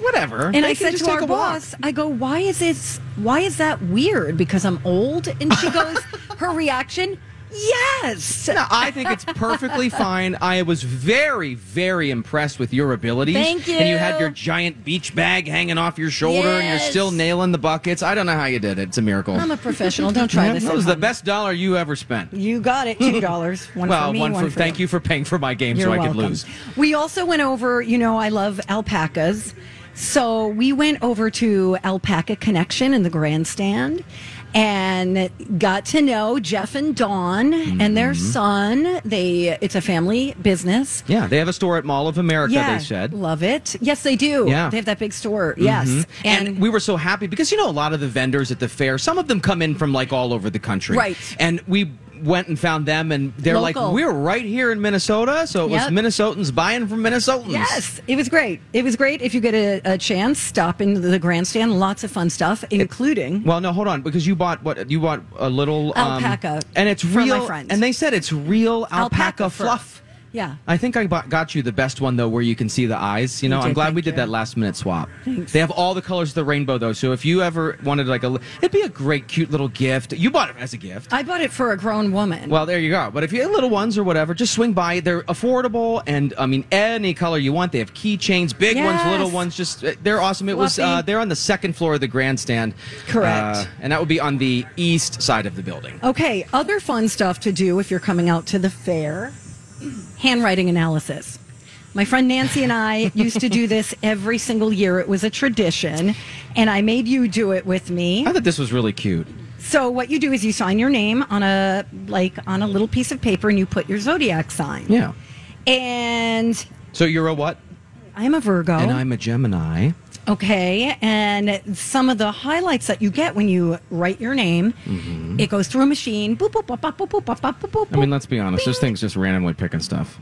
Speaker 11: whatever.
Speaker 1: And I said to our boss, I go, why is this? Why is that weird? Because I'm old. And she goes, her reaction, yes.
Speaker 11: No, I think it's perfectly fine. I was very, very impressed with your abilities.
Speaker 1: Thank you.
Speaker 11: And you had your giant beach bag hanging off your shoulder, and you're
Speaker 1: Yes.
Speaker 11: still nailing the buckets. I don't know how you did it. It's a miracle.
Speaker 1: I'm a professional. Don't try
Speaker 11: Yeah,
Speaker 1: this.
Speaker 11: That
Speaker 1: at
Speaker 11: was the
Speaker 1: home.
Speaker 11: best dollar you ever spent.
Speaker 1: You got it. Two dollars. One
Speaker 11: well,
Speaker 1: for me.
Speaker 11: one,
Speaker 1: One,
Speaker 11: for, thank you for paying for my game so
Speaker 1: You're
Speaker 11: I could
Speaker 1: welcome.
Speaker 11: lose.
Speaker 1: We also went over, you know, I love alpacas. So we went over to Alpaca Connection in the grandstand and got to know Jeff and Dawn and their
Speaker 11: Mm-hmm.
Speaker 1: son. They it's a family business.
Speaker 11: Yeah, they have a store at Mall of America.
Speaker 1: yeah,
Speaker 11: They said.
Speaker 1: love it. Yes, they do.
Speaker 11: Yeah.
Speaker 1: They have that big store. Yes.
Speaker 11: Mhm.
Speaker 1: And,
Speaker 11: And, we were so happy because you know a lot of the vendors at the fair, some of them come in from like all over the country.
Speaker 1: Right.
Speaker 11: And we went and found them and they're
Speaker 1: Local.
Speaker 11: like, We're right here in Minnesota. So it
Speaker 1: Yep.
Speaker 11: was Minnesotans buying from Minnesotans.
Speaker 1: Yes, it was great. It was great. If you get a, a chance, stop into the grandstand. Lots of fun stuff, including
Speaker 11: Well, no, hold on, because you bought what you bought a little um,
Speaker 1: Alpaca
Speaker 11: and it's
Speaker 1: from my
Speaker 11: real.
Speaker 1: friends.
Speaker 11: And they said it's real alpaca,
Speaker 1: Alpaca fur.
Speaker 11: fluff.
Speaker 1: Yeah.
Speaker 11: I think I bought, got you the best one though, where you can see the eyes. You know,
Speaker 1: You
Speaker 11: I'm
Speaker 1: did,
Speaker 11: glad
Speaker 1: thank
Speaker 11: we did
Speaker 1: you.
Speaker 11: that last minute swap.
Speaker 1: Thanks.
Speaker 11: They have all the colors of the rainbow though, so if you ever wanted like a, li- it'd be a great, cute little gift. You bought it as a gift.
Speaker 1: I bought it for a grown woman.
Speaker 11: Well, there you go. But if you have little ones or whatever, just swing by. They're affordable, and I mean any color you want. They have keychains, big
Speaker 1: Yes.
Speaker 11: ones, little ones. Just uh, they're awesome. It was
Speaker 1: Fluffy.
Speaker 11: uh, they're on the second floor of the grandstand,
Speaker 1: Correct.
Speaker 11: Uh, and that would be on the east side of the building.
Speaker 1: Okay, other fun stuff to do if you're coming out to the fair handwriting analysis. My friend Nancy and I used to do this every single year. It was a tradition, and I made you do it with me.
Speaker 11: I thought this was really cute.
Speaker 1: So what you do is you sign your name on a like on a little piece of paper and you put your zodiac sign.
Speaker 11: Yeah.
Speaker 1: And
Speaker 11: So you're a what?
Speaker 1: I'm a Virgo.
Speaker 11: And I'm a Gemini.
Speaker 1: Okay, and some of the highlights that you get when you write your name, it goes through a machine. Boop, boop, boop, boop, boop, boop, boop, boop, boop,
Speaker 11: Mm-hmm. I mean, let's be honest. This thing's just randomly picking stuff.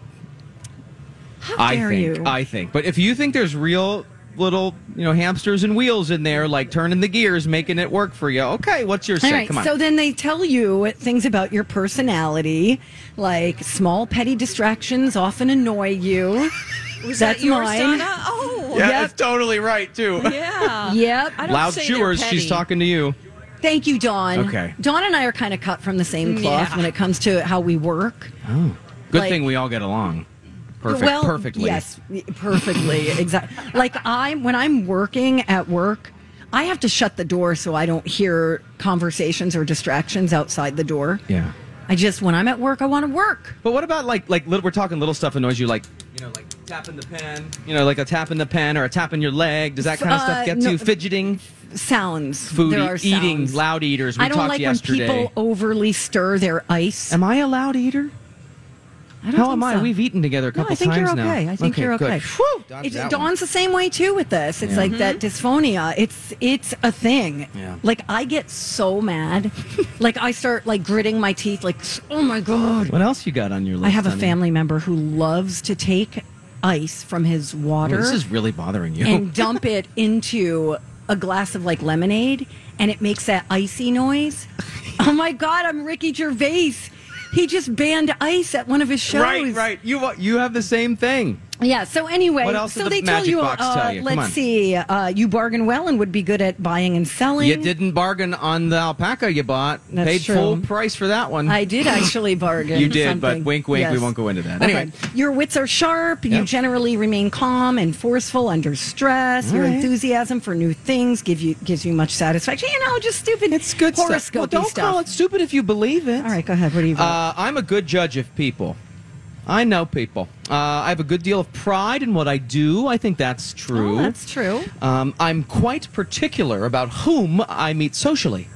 Speaker 11: I
Speaker 1: dare
Speaker 11: think.
Speaker 1: you.
Speaker 11: I think. But if you think there's real little, you know, hamsters and wheels in there, like turning the gears, making it work for you. Okay, what's your
Speaker 1: All
Speaker 11: say?
Speaker 1: right.
Speaker 11: Come on.
Speaker 1: So then they tell you things about your personality, like small petty distractions often annoy you.
Speaker 7: Was
Speaker 1: That's
Speaker 7: that yours,
Speaker 1: mine.
Speaker 7: Donna? Oh,
Speaker 11: yeah, that's totally right too.
Speaker 7: yeah.
Speaker 1: Yep.
Speaker 7: I don't
Speaker 11: Loud
Speaker 7: say they're
Speaker 11: chewers,
Speaker 7: petty.
Speaker 11: she's talking to you.
Speaker 1: Thank you, Dawn.
Speaker 11: Okay.
Speaker 1: Dawn and I are kind of cut from the same
Speaker 7: Mm,
Speaker 1: cloth
Speaker 7: yeah.
Speaker 1: when it comes to how we work.
Speaker 11: Oh. Good
Speaker 1: Like-
Speaker 11: thing we all get along. Perfect.
Speaker 1: Well,
Speaker 11: perfectly.
Speaker 1: Yes, perfectly. exactly. Like I'm when I'm working at work, I have to shut the door so I don't hear conversations or distractions outside the door.
Speaker 11: Yeah.
Speaker 1: I just when I'm at work, I want to work.
Speaker 11: But what about like like little, we're talking little stuff annoys you like you know like Tapping the pen. You know, like a tap in the pen or a tap in your leg. Does that kind of stuff
Speaker 1: Uh,
Speaker 11: get
Speaker 1: no.
Speaker 11: you fidgeting?
Speaker 1: Sounds.
Speaker 11: Food
Speaker 1: there are
Speaker 11: eating,
Speaker 1: sounds.
Speaker 11: loud eaters. We
Speaker 1: I don't
Speaker 11: talked
Speaker 1: like
Speaker 11: yesterday.
Speaker 1: when people overly stir their ice.
Speaker 11: Am I a loud eater?
Speaker 1: I don't
Speaker 11: How
Speaker 1: think
Speaker 11: am I?
Speaker 1: so.
Speaker 11: We've eaten together a
Speaker 1: No,
Speaker 11: couple
Speaker 1: I think
Speaker 11: times
Speaker 1: you're
Speaker 11: now.
Speaker 1: okay. I think you're
Speaker 11: good.
Speaker 1: okay.
Speaker 11: Whew, dodged
Speaker 1: It,
Speaker 11: that one.
Speaker 1: Dawn's the same way too with this. It's
Speaker 11: Yeah.
Speaker 1: like that dysphonia. It's it's a thing.
Speaker 11: Mm-hmm. Yeah.
Speaker 1: Like I get so mad, like I start like gritting my teeth. Like oh my god.
Speaker 11: What else you got on your list?
Speaker 1: I have a
Speaker 11: honey?
Speaker 1: family member who loves to take ice from his
Speaker 11: Oh,
Speaker 1: water
Speaker 11: this is really bothering you.
Speaker 1: and dump it into a glass of like lemonade and it makes that icy noise. Oh my God, I'm Ricky Gervais. He just banned ice at one of his shows.
Speaker 11: Right, right. You you have the same thing.
Speaker 1: Yeah. So anyway,
Speaker 11: What else
Speaker 1: so
Speaker 11: did the
Speaker 1: they tell
Speaker 11: magic
Speaker 1: you,
Speaker 11: box
Speaker 1: uh,
Speaker 11: tell you? Come
Speaker 1: Let's
Speaker 11: on.
Speaker 1: see. Uh, you bargain well and would be good at buying and selling.
Speaker 11: You didn't bargain on the alpaca you bought.
Speaker 1: That's
Speaker 11: Paid
Speaker 1: true.
Speaker 11: full price for that one.
Speaker 1: I did actually bargain.
Speaker 11: You did, but
Speaker 1: something.
Speaker 11: wink, wink. We
Speaker 1: Yes.
Speaker 11: won't go into that.
Speaker 1: Okay.
Speaker 11: Anyway,
Speaker 1: your wits are sharp.
Speaker 11: Yeah.
Speaker 1: You generally remain calm and forceful under stress.
Speaker 11: All
Speaker 1: your
Speaker 11: right.
Speaker 1: enthusiasm for new things give you gives you much satisfaction. You know, just stupid. It's good
Speaker 11: stuff.
Speaker 1: horoscope
Speaker 11: Well, don't call it stupid if you believe it.
Speaker 1: All right, go ahead. What do you? got?
Speaker 11: uh, I'm a good judge of people. I know people. Uh, I have a good deal of pride in what I do. I think that's true.
Speaker 1: Oh, that's true.
Speaker 11: Um, I'm quite particular about whom I meet socially.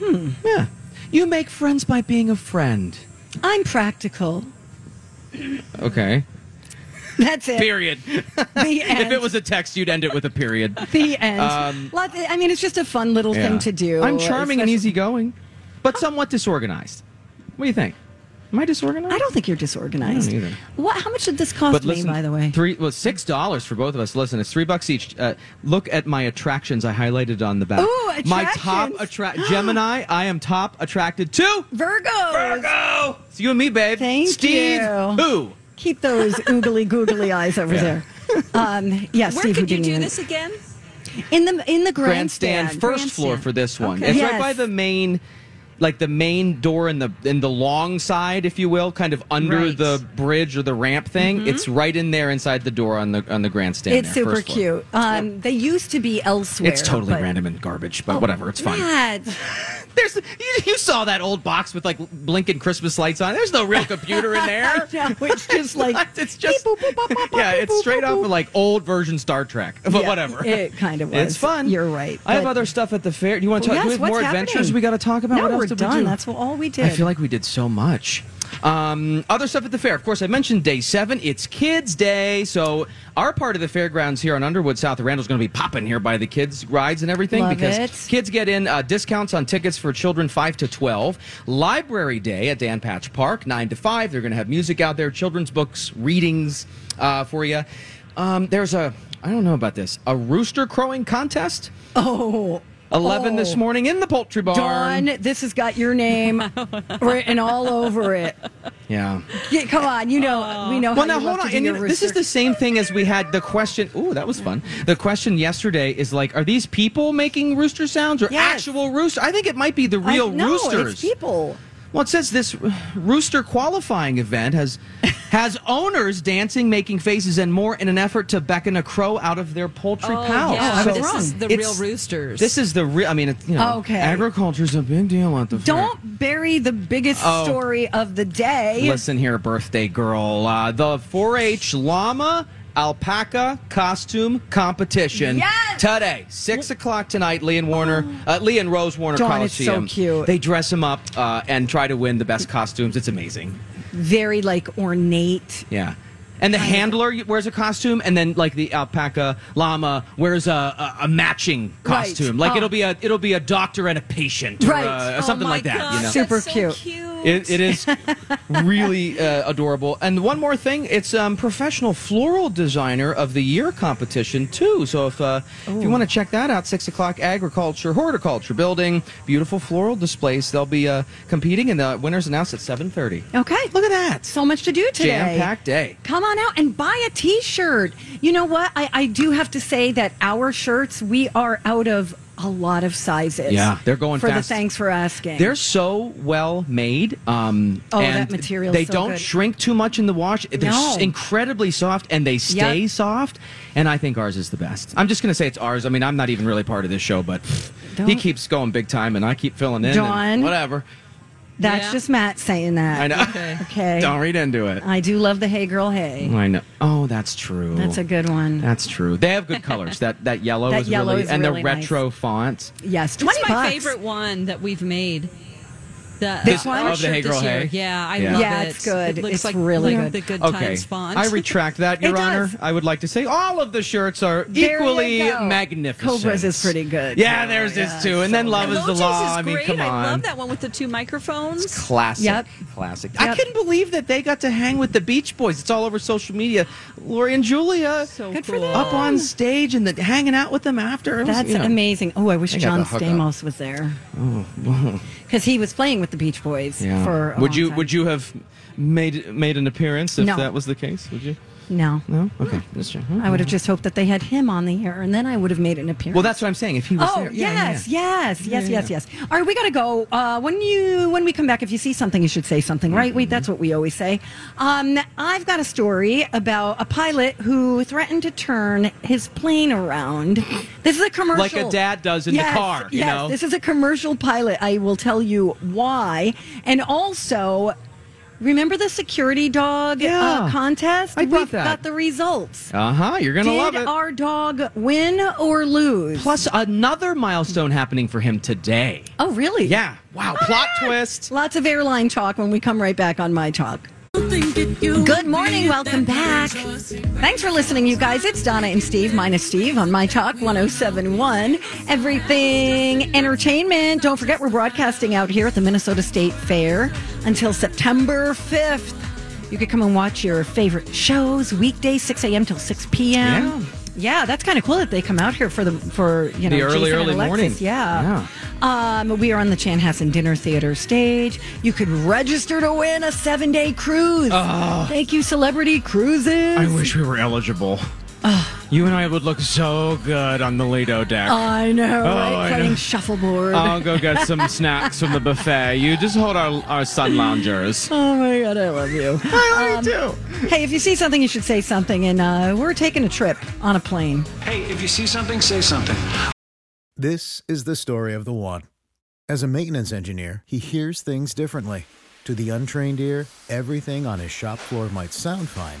Speaker 11: Hmm. Yeah. You make friends by being a friend.
Speaker 1: I'm practical.
Speaker 11: Okay.
Speaker 1: That's it.
Speaker 11: Period.
Speaker 1: The end.
Speaker 11: If it was a text, you'd end it with a period.
Speaker 1: The end.
Speaker 11: Um,
Speaker 1: Lot- I mean, it's just a fun little
Speaker 11: Yeah.
Speaker 1: thing to do.
Speaker 11: I'm charming and
Speaker 1: especially-
Speaker 11: easygoing, but somewhat disorganized. What do you think? Am I disorganized?
Speaker 1: I don't think you're disorganized.
Speaker 11: I don't either.
Speaker 1: What? How much did this cost
Speaker 11: But
Speaker 1: me,
Speaker 11: listen,
Speaker 1: by the way?
Speaker 11: three well six dollars for both of us. Listen, it's three bucks each. Uh, look at my attractions I highlighted on the back.
Speaker 1: Ooh,
Speaker 11: my top
Speaker 1: attractions.
Speaker 11: attract Gemini. I am top attracted to.
Speaker 1: Virgo. Virgo.
Speaker 11: It's you and me, babe.
Speaker 1: Thank
Speaker 11: Steve.
Speaker 1: you.
Speaker 11: Who?
Speaker 1: Keep those oogly googly eyes over
Speaker 11: Yeah.
Speaker 1: there. Um, yeah,
Speaker 7: Where
Speaker 1: Steve, who
Speaker 7: could you
Speaker 1: didn't
Speaker 7: do
Speaker 1: even-
Speaker 7: this again?
Speaker 1: in the in the
Speaker 11: Grandstand,
Speaker 1: grandstand,
Speaker 11: first floor for this one.
Speaker 1: Okay.
Speaker 11: It's right
Speaker 1: Yes.
Speaker 11: by the main. Like the main door in the in the long side, if you will, kind of under
Speaker 1: Right.
Speaker 11: the bridge or the ramp thing. It's right in there inside the door on the on the grandstand.
Speaker 1: It's
Speaker 11: there,
Speaker 1: super
Speaker 11: first floor.
Speaker 1: cute. Um, they used to be elsewhere.
Speaker 11: It's totally
Speaker 1: but- Oh,
Speaker 11: random and garbage, but whatever, it's fine.
Speaker 1: Matt.
Speaker 11: There's you, you saw that old box with like blinking Christmas lights on. it. There's no real computer in
Speaker 1: I
Speaker 11: there.
Speaker 1: know, it's just like
Speaker 11: it's just yeah, it's straight off of like old version Star Trek, but
Speaker 1: Yeah,
Speaker 11: whatever.
Speaker 1: It kind of was.
Speaker 11: It's fun.
Speaker 1: You're right.
Speaker 11: I have
Speaker 1: but-
Speaker 11: other stuff at the fair. Do you want to talk?
Speaker 1: Yes,
Speaker 11: do we have
Speaker 1: what's
Speaker 11: more
Speaker 1: happening?
Speaker 11: adventures we got to talk about?
Speaker 1: No,
Speaker 11: what else
Speaker 1: we're
Speaker 11: did
Speaker 1: done.
Speaker 11: We do?
Speaker 1: That's all we did.
Speaker 11: I feel like we did so much. Um, other stuff at the fair. Of course, I mentioned day seven. It's Kids Day. So, our part of the fairgrounds here on Underwood South of Randall is going to be popping here by the kids' rides and everything
Speaker 1: Love
Speaker 11: because
Speaker 1: it.
Speaker 11: kids get in uh, discounts on tickets for children 5 to 12. Library Day at Dan Patch Park, 9 to 5. They're going to have music out there, children's books, readings uh, for you. Um, there's a, I don't know about this, a rooster crowing contest.
Speaker 1: Oh.
Speaker 11: 11 this
Speaker 1: Oh.
Speaker 11: morning in the poultry barn. Oh,
Speaker 1: Dawn, this has got your name written all over it.
Speaker 11: Yeah. Oh.
Speaker 1: Yeah, come on, you know we know.
Speaker 11: Well,
Speaker 1: how
Speaker 11: now
Speaker 1: you
Speaker 11: hold
Speaker 1: love
Speaker 11: on.
Speaker 1: to do
Speaker 11: And you
Speaker 1: your
Speaker 11: know, this is
Speaker 1: rooster.
Speaker 11: the same thing as we had the question. Ooh, that was fun. The question yesterday is like, are these people making rooster sounds or
Speaker 1: Yes.
Speaker 11: actual rooster? I think it might be the real
Speaker 1: I, no,
Speaker 11: roosters.
Speaker 1: It's people.
Speaker 11: Well, it says this rooster qualifying event has has owners dancing, making faces, and more in an effort to beckon a crow out of their poultry
Speaker 7: Oh,
Speaker 11: pouch.
Speaker 7: yeah. Oh, I was This wrong. is the real
Speaker 11: It's-
Speaker 7: roosters.
Speaker 11: This is the real. I mean, it, you know,
Speaker 1: Okay.
Speaker 11: agriculture's a big deal at the fair.
Speaker 1: Don't bury the biggest
Speaker 11: Oh.
Speaker 1: story of the day.
Speaker 11: Listen here, birthday girl. Uh, the 4 H llama alpaca costume competition
Speaker 1: Yes!
Speaker 11: today, 6 o'clock tonight. Lee and Warner, uh, Lee and Rose Warner
Speaker 1: Dawn, it's so
Speaker 11: Coliseum.
Speaker 1: cute.
Speaker 11: They dress him up uh, and try to win the best costumes. It's amazing.
Speaker 1: Very like ornate.
Speaker 11: Yeah. And the handler wears a costume, and then like the alpaca llama wears a, a, a matching
Speaker 1: Right.
Speaker 11: costume. Like
Speaker 1: Oh.
Speaker 11: it'll be a it'll be a doctor and a patient, or,
Speaker 1: Right.
Speaker 11: uh,
Speaker 1: Oh
Speaker 11: something
Speaker 1: my
Speaker 11: like that. You
Speaker 7: God,
Speaker 11: know?
Speaker 1: Super
Speaker 7: that's so
Speaker 1: cute.
Speaker 11: It, it is really uh, adorable. And one more thing, it's um, professional floral designer of the year competition too. So if uh, if you want to check that out, six o'clock agriculture horticulture building, beautiful floral displays. They'll be uh, competing, and the winners announced at seven thirty.
Speaker 1: Okay.
Speaker 11: Look at that.
Speaker 1: So much to do today.
Speaker 11: Jam-packed day.
Speaker 1: Come on out and buy a t shirt. You know what? I, I do have to say that our shirts, we are out of a lot of sizes.
Speaker 11: Yeah, they're going
Speaker 1: for
Speaker 11: fast.
Speaker 1: the thanks for asking.
Speaker 11: They're so well made. Um,
Speaker 1: Oh, that
Speaker 11: and
Speaker 1: material's
Speaker 11: They
Speaker 1: so
Speaker 11: don't
Speaker 1: good.
Speaker 11: shrink too much in the wash. They're
Speaker 1: No.
Speaker 11: s- incredibly soft and they stay soft. And I think ours is the best. I'm just going to say it's ours. I mean, I'm not even really part of this show, but he
Speaker 1: Don't-
Speaker 11: keeps going big time and I keep filling in. and
Speaker 1: Dawn.
Speaker 11: Whatever.
Speaker 1: That's
Speaker 7: Yeah.
Speaker 1: just Matt saying that.
Speaker 11: I know.
Speaker 1: Okay.
Speaker 11: Don't read into it.
Speaker 1: I do love the Hey Girl Hey.
Speaker 11: I know. Oh, that's true.
Speaker 1: That's a good one.
Speaker 11: That's true. They have good colors. that that yellow
Speaker 1: That
Speaker 11: is
Speaker 1: yellow
Speaker 11: really
Speaker 1: is
Speaker 11: and
Speaker 1: really
Speaker 11: the
Speaker 1: nice.
Speaker 11: retro font.
Speaker 1: Yes,
Speaker 7: It's my
Speaker 1: twenty bucks.
Speaker 7: favorite one that we've made. The,
Speaker 11: This
Speaker 7: uh,
Speaker 11: one?
Speaker 7: our
Speaker 11: Of the
Speaker 7: shirt
Speaker 11: Hey Girl
Speaker 7: this year.
Speaker 11: Hey?
Speaker 7: Yeah, I
Speaker 11: Yeah.
Speaker 7: love
Speaker 11: Yeah,
Speaker 7: it.
Speaker 1: it's good.
Speaker 7: It looks
Speaker 1: It's
Speaker 7: like
Speaker 1: really
Speaker 7: like
Speaker 1: good.
Speaker 7: the good
Speaker 11: Okay.
Speaker 7: times font.
Speaker 11: I retract that, Uh, Your
Speaker 7: It
Speaker 11: Honor.
Speaker 7: does.
Speaker 11: I would like to say all of the shirts are
Speaker 1: There you
Speaker 11: equally
Speaker 1: go.
Speaker 11: magnificent.
Speaker 1: Cobras is pretty good.
Speaker 11: Yeah,
Speaker 1: Oh,
Speaker 11: there's
Speaker 1: yeah,
Speaker 11: this too. And then Love is the
Speaker 7: Lotus
Speaker 11: Law.
Speaker 7: Is
Speaker 11: I mean,
Speaker 7: great.
Speaker 11: come on.
Speaker 7: I love that one with the two microphones.
Speaker 11: Classic.
Speaker 7: Yep.
Speaker 11: Classic. I
Speaker 7: Yep.
Speaker 11: couldn't believe that they got to hang with the Beach Boys. It's all over social media. Lori and Julia
Speaker 1: Good for cool. them.
Speaker 11: up on stage and the, hanging out with them after. It was,
Speaker 1: That's
Speaker 11: you know.
Speaker 1: amazing. Oh, I wish
Speaker 11: They got
Speaker 1: John
Speaker 11: the hookup.
Speaker 1: Stamos was there
Speaker 11: Oh,
Speaker 1: because he was playing with the Beach Boys
Speaker 11: yeah.
Speaker 1: for. A
Speaker 11: would
Speaker 1: long
Speaker 11: you
Speaker 1: time.
Speaker 11: would you have made made an appearance if
Speaker 1: No.
Speaker 11: that was the case? Would you?
Speaker 1: No,
Speaker 11: No. Okay. That's true.
Speaker 1: I would have just hoped that they had him on the air, and then I would have made an appearance.
Speaker 11: Well, that's what I'm saying. If he was
Speaker 1: Oh
Speaker 11: there, yeah, yeah,
Speaker 1: yes,
Speaker 11: yeah.
Speaker 1: yes, yes,
Speaker 11: Yeah,
Speaker 1: yes, yes. All right, we gotta go. Uh, when you when we come back, if you see something, you should say something, right? We that's what we always say. Um, I've got a story about a pilot who threatened to turn his plane around. This is a commercial,
Speaker 11: Like a dad does in the
Speaker 1: Yes,
Speaker 11: car, you
Speaker 1: yes,
Speaker 11: know?
Speaker 1: This is a commercial pilot. I will tell you why, and also. Remember the security dog
Speaker 11: Yeah.
Speaker 1: uh, contest?
Speaker 11: I bought
Speaker 1: We've
Speaker 11: that.
Speaker 1: got the results.
Speaker 11: Uh huh. You're gonna
Speaker 1: Did
Speaker 11: love it.
Speaker 1: our dog win or lose?
Speaker 11: Plus another milestone happening for him today.
Speaker 1: Oh, really?
Speaker 11: Yeah. Wow. Plot twist.
Speaker 1: Lots of airline talk when we come right back on My Talk. Good morning. Welcome back. Thanks for listening, you guys. It's Donna and Steve, minus Steve, on My Talk 1071. Everything entertainment. Don't forget, we're broadcasting out here at the Minnesota State Fair until September 5th. You could come and watch your favorite shows weekdays, 6 a.m. till 6 p.m.
Speaker 11: Yeah.
Speaker 1: Yeah. that's kind of cool that they come out here for the for you know
Speaker 11: The early,
Speaker 1: Jason and
Speaker 11: early
Speaker 1: Alexis.
Speaker 11: morning.
Speaker 1: Yeah.
Speaker 11: Yeah.
Speaker 1: Um, we are on the Chanhassen Dinner Theater stage. You could register to win a seven day cruise.
Speaker 11: Oh,
Speaker 1: Thank you, Celebrity Cruises. Ah.
Speaker 11: I wish we were eligible. you and I would look so good on the Lido deck.
Speaker 1: I know,
Speaker 11: Oh,
Speaker 1: right?
Speaker 11: I
Speaker 1: Playing
Speaker 11: know.
Speaker 1: shuffleboard.
Speaker 11: I'll go get some snacks from the buffet. You just hold our, our sun loungers.
Speaker 1: Oh my god, I love you. Uh,
Speaker 11: I love you
Speaker 1: hey, if you see something, you should say something. And uh, we're taking a trip on a plane.
Speaker 12: Hey, if you see something, say something.
Speaker 13: This is the story of the one. As a maintenance engineer, he hears things differently. To the untrained ear, everything on his shop floor might sound fine,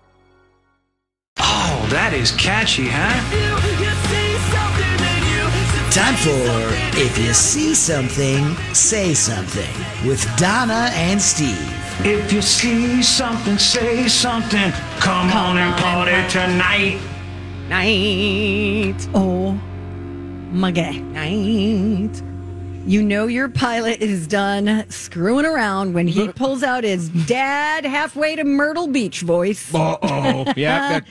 Speaker 12: Oh, that is catchy, huh?
Speaker 14: Time for If You See Something, Say Something with Donna and Steve.
Speaker 12: If you see something, say something. Come, on and party tonight.
Speaker 1: Night. Oh, my God. Night. You know your pilot is done screwing around when he pulls out his dad halfway to Myrtle Beach voice.
Speaker 11: Uh-oh. Yep, that-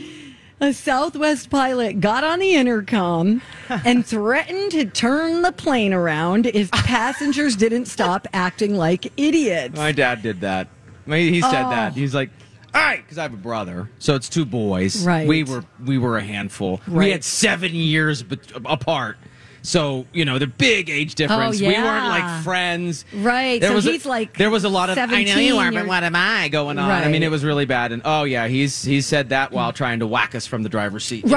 Speaker 1: A Southwest pilot got on the intercom and threatened to turn the plane around if passengers didn't stop acting like idiots.
Speaker 11: My dad did that. I mean, He said
Speaker 1: Oh.
Speaker 11: that. He's like, all right, because I have a brother, so it's two boys.
Speaker 1: Right.
Speaker 11: We were we were a handful. We
Speaker 1: Right.
Speaker 11: had seven years bet- apart, so you know the big age difference. We weren't
Speaker 1: Oh, yeah.
Speaker 11: like friends.
Speaker 1: Right. so
Speaker 11: was a-
Speaker 1: he's like
Speaker 11: there was a lot of I know
Speaker 1: 17
Speaker 11: you are, but
Speaker 1: or-
Speaker 11: what am I going on? I mean,
Speaker 1: Right.
Speaker 11: it was really bad. And oh yeah, he's he said that while trying to whack us from the driver's seat. you know?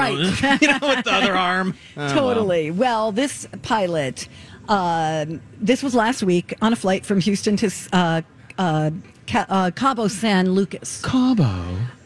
Speaker 1: Right.
Speaker 11: you know, with the other arm. Oh, well.
Speaker 1: totally. Well. this pilot, um this was last week on a flight from Houston to uh, uh, Ca- uh, Cabo San Lucas.
Speaker 11: Cabo.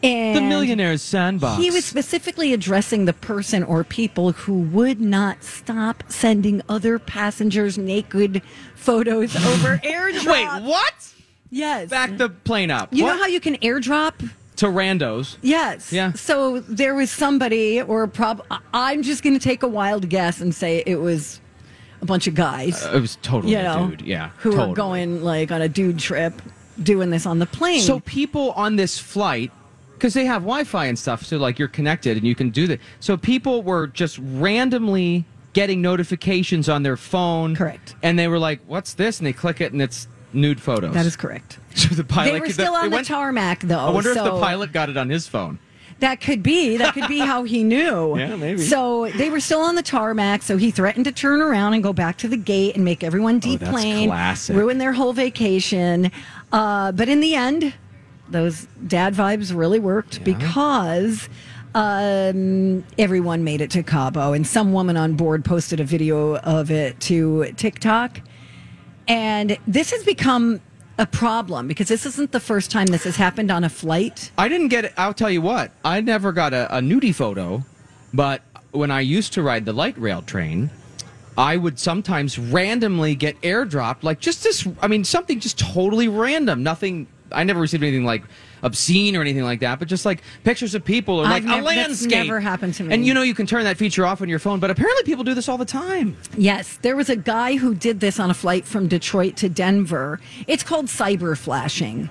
Speaker 1: And
Speaker 11: The millionaire's sandbox.
Speaker 1: He was specifically addressing the person or people who would not stop sending other passengers naked photos over airdrop.
Speaker 11: Wait, what?
Speaker 1: Yes.
Speaker 11: Back the plane up.
Speaker 1: You
Speaker 11: What?
Speaker 1: know how you can airdrop?
Speaker 11: to randos.
Speaker 1: Yes.
Speaker 11: Yeah.
Speaker 1: So there was somebody or prob I- I'm just going to take a wild guess and say it was a bunch of guys.
Speaker 11: Uh, it was totally
Speaker 1: you
Speaker 11: a
Speaker 1: know,
Speaker 11: dude, yeah,
Speaker 1: who
Speaker 11: totally.
Speaker 1: are going like on a dude trip, doing this on the plane.
Speaker 11: So people on this flight, because they have Wi-Fi and stuff, so like you're connected and you can do that. So people were just randomly getting notifications on their phone. Correct. And they were like, "What's this?" And they click it, and it's nude photos.
Speaker 1: That is correct.
Speaker 11: So the pilot.
Speaker 1: they were still on the
Speaker 11: went-
Speaker 1: tarmac though.
Speaker 11: I wonder
Speaker 1: so
Speaker 11: if the pilot got it on his phone.
Speaker 1: That could be. That could be how he knew.
Speaker 11: Yeah, maybe.
Speaker 1: So they were still on the tarmac. So he threatened to turn around and go back to the gate and make everyone
Speaker 11: Oh, that's
Speaker 1: deplane,
Speaker 11: classic.
Speaker 1: ruin their whole vacation. Uh, but in the end, those dad vibes really worked because um, everyone made it to Cabo, and some woman on board posted a video of it to TikTok. And this has become a problem because this isn't the first time this has happened on a flight.
Speaker 11: I didn't get it. I'll tell you what. I never got a, a nudie photo, but when I used to ride the light rail train, I would sometimes randomly get airdropped, like just this. I mean, something just totally random. Nothing. I never received anything like obscene or anything like that, but just like pictures of people or like
Speaker 1: I've
Speaker 11: a
Speaker 1: nev- that's
Speaker 11: landscape.
Speaker 1: never happened to me.
Speaker 11: And you know, you can turn that feature off on your phone, but apparently people do this all the time.
Speaker 1: Yes, there was a guy who did this on a flight from Detroit to Denver. It's called cyber flashing.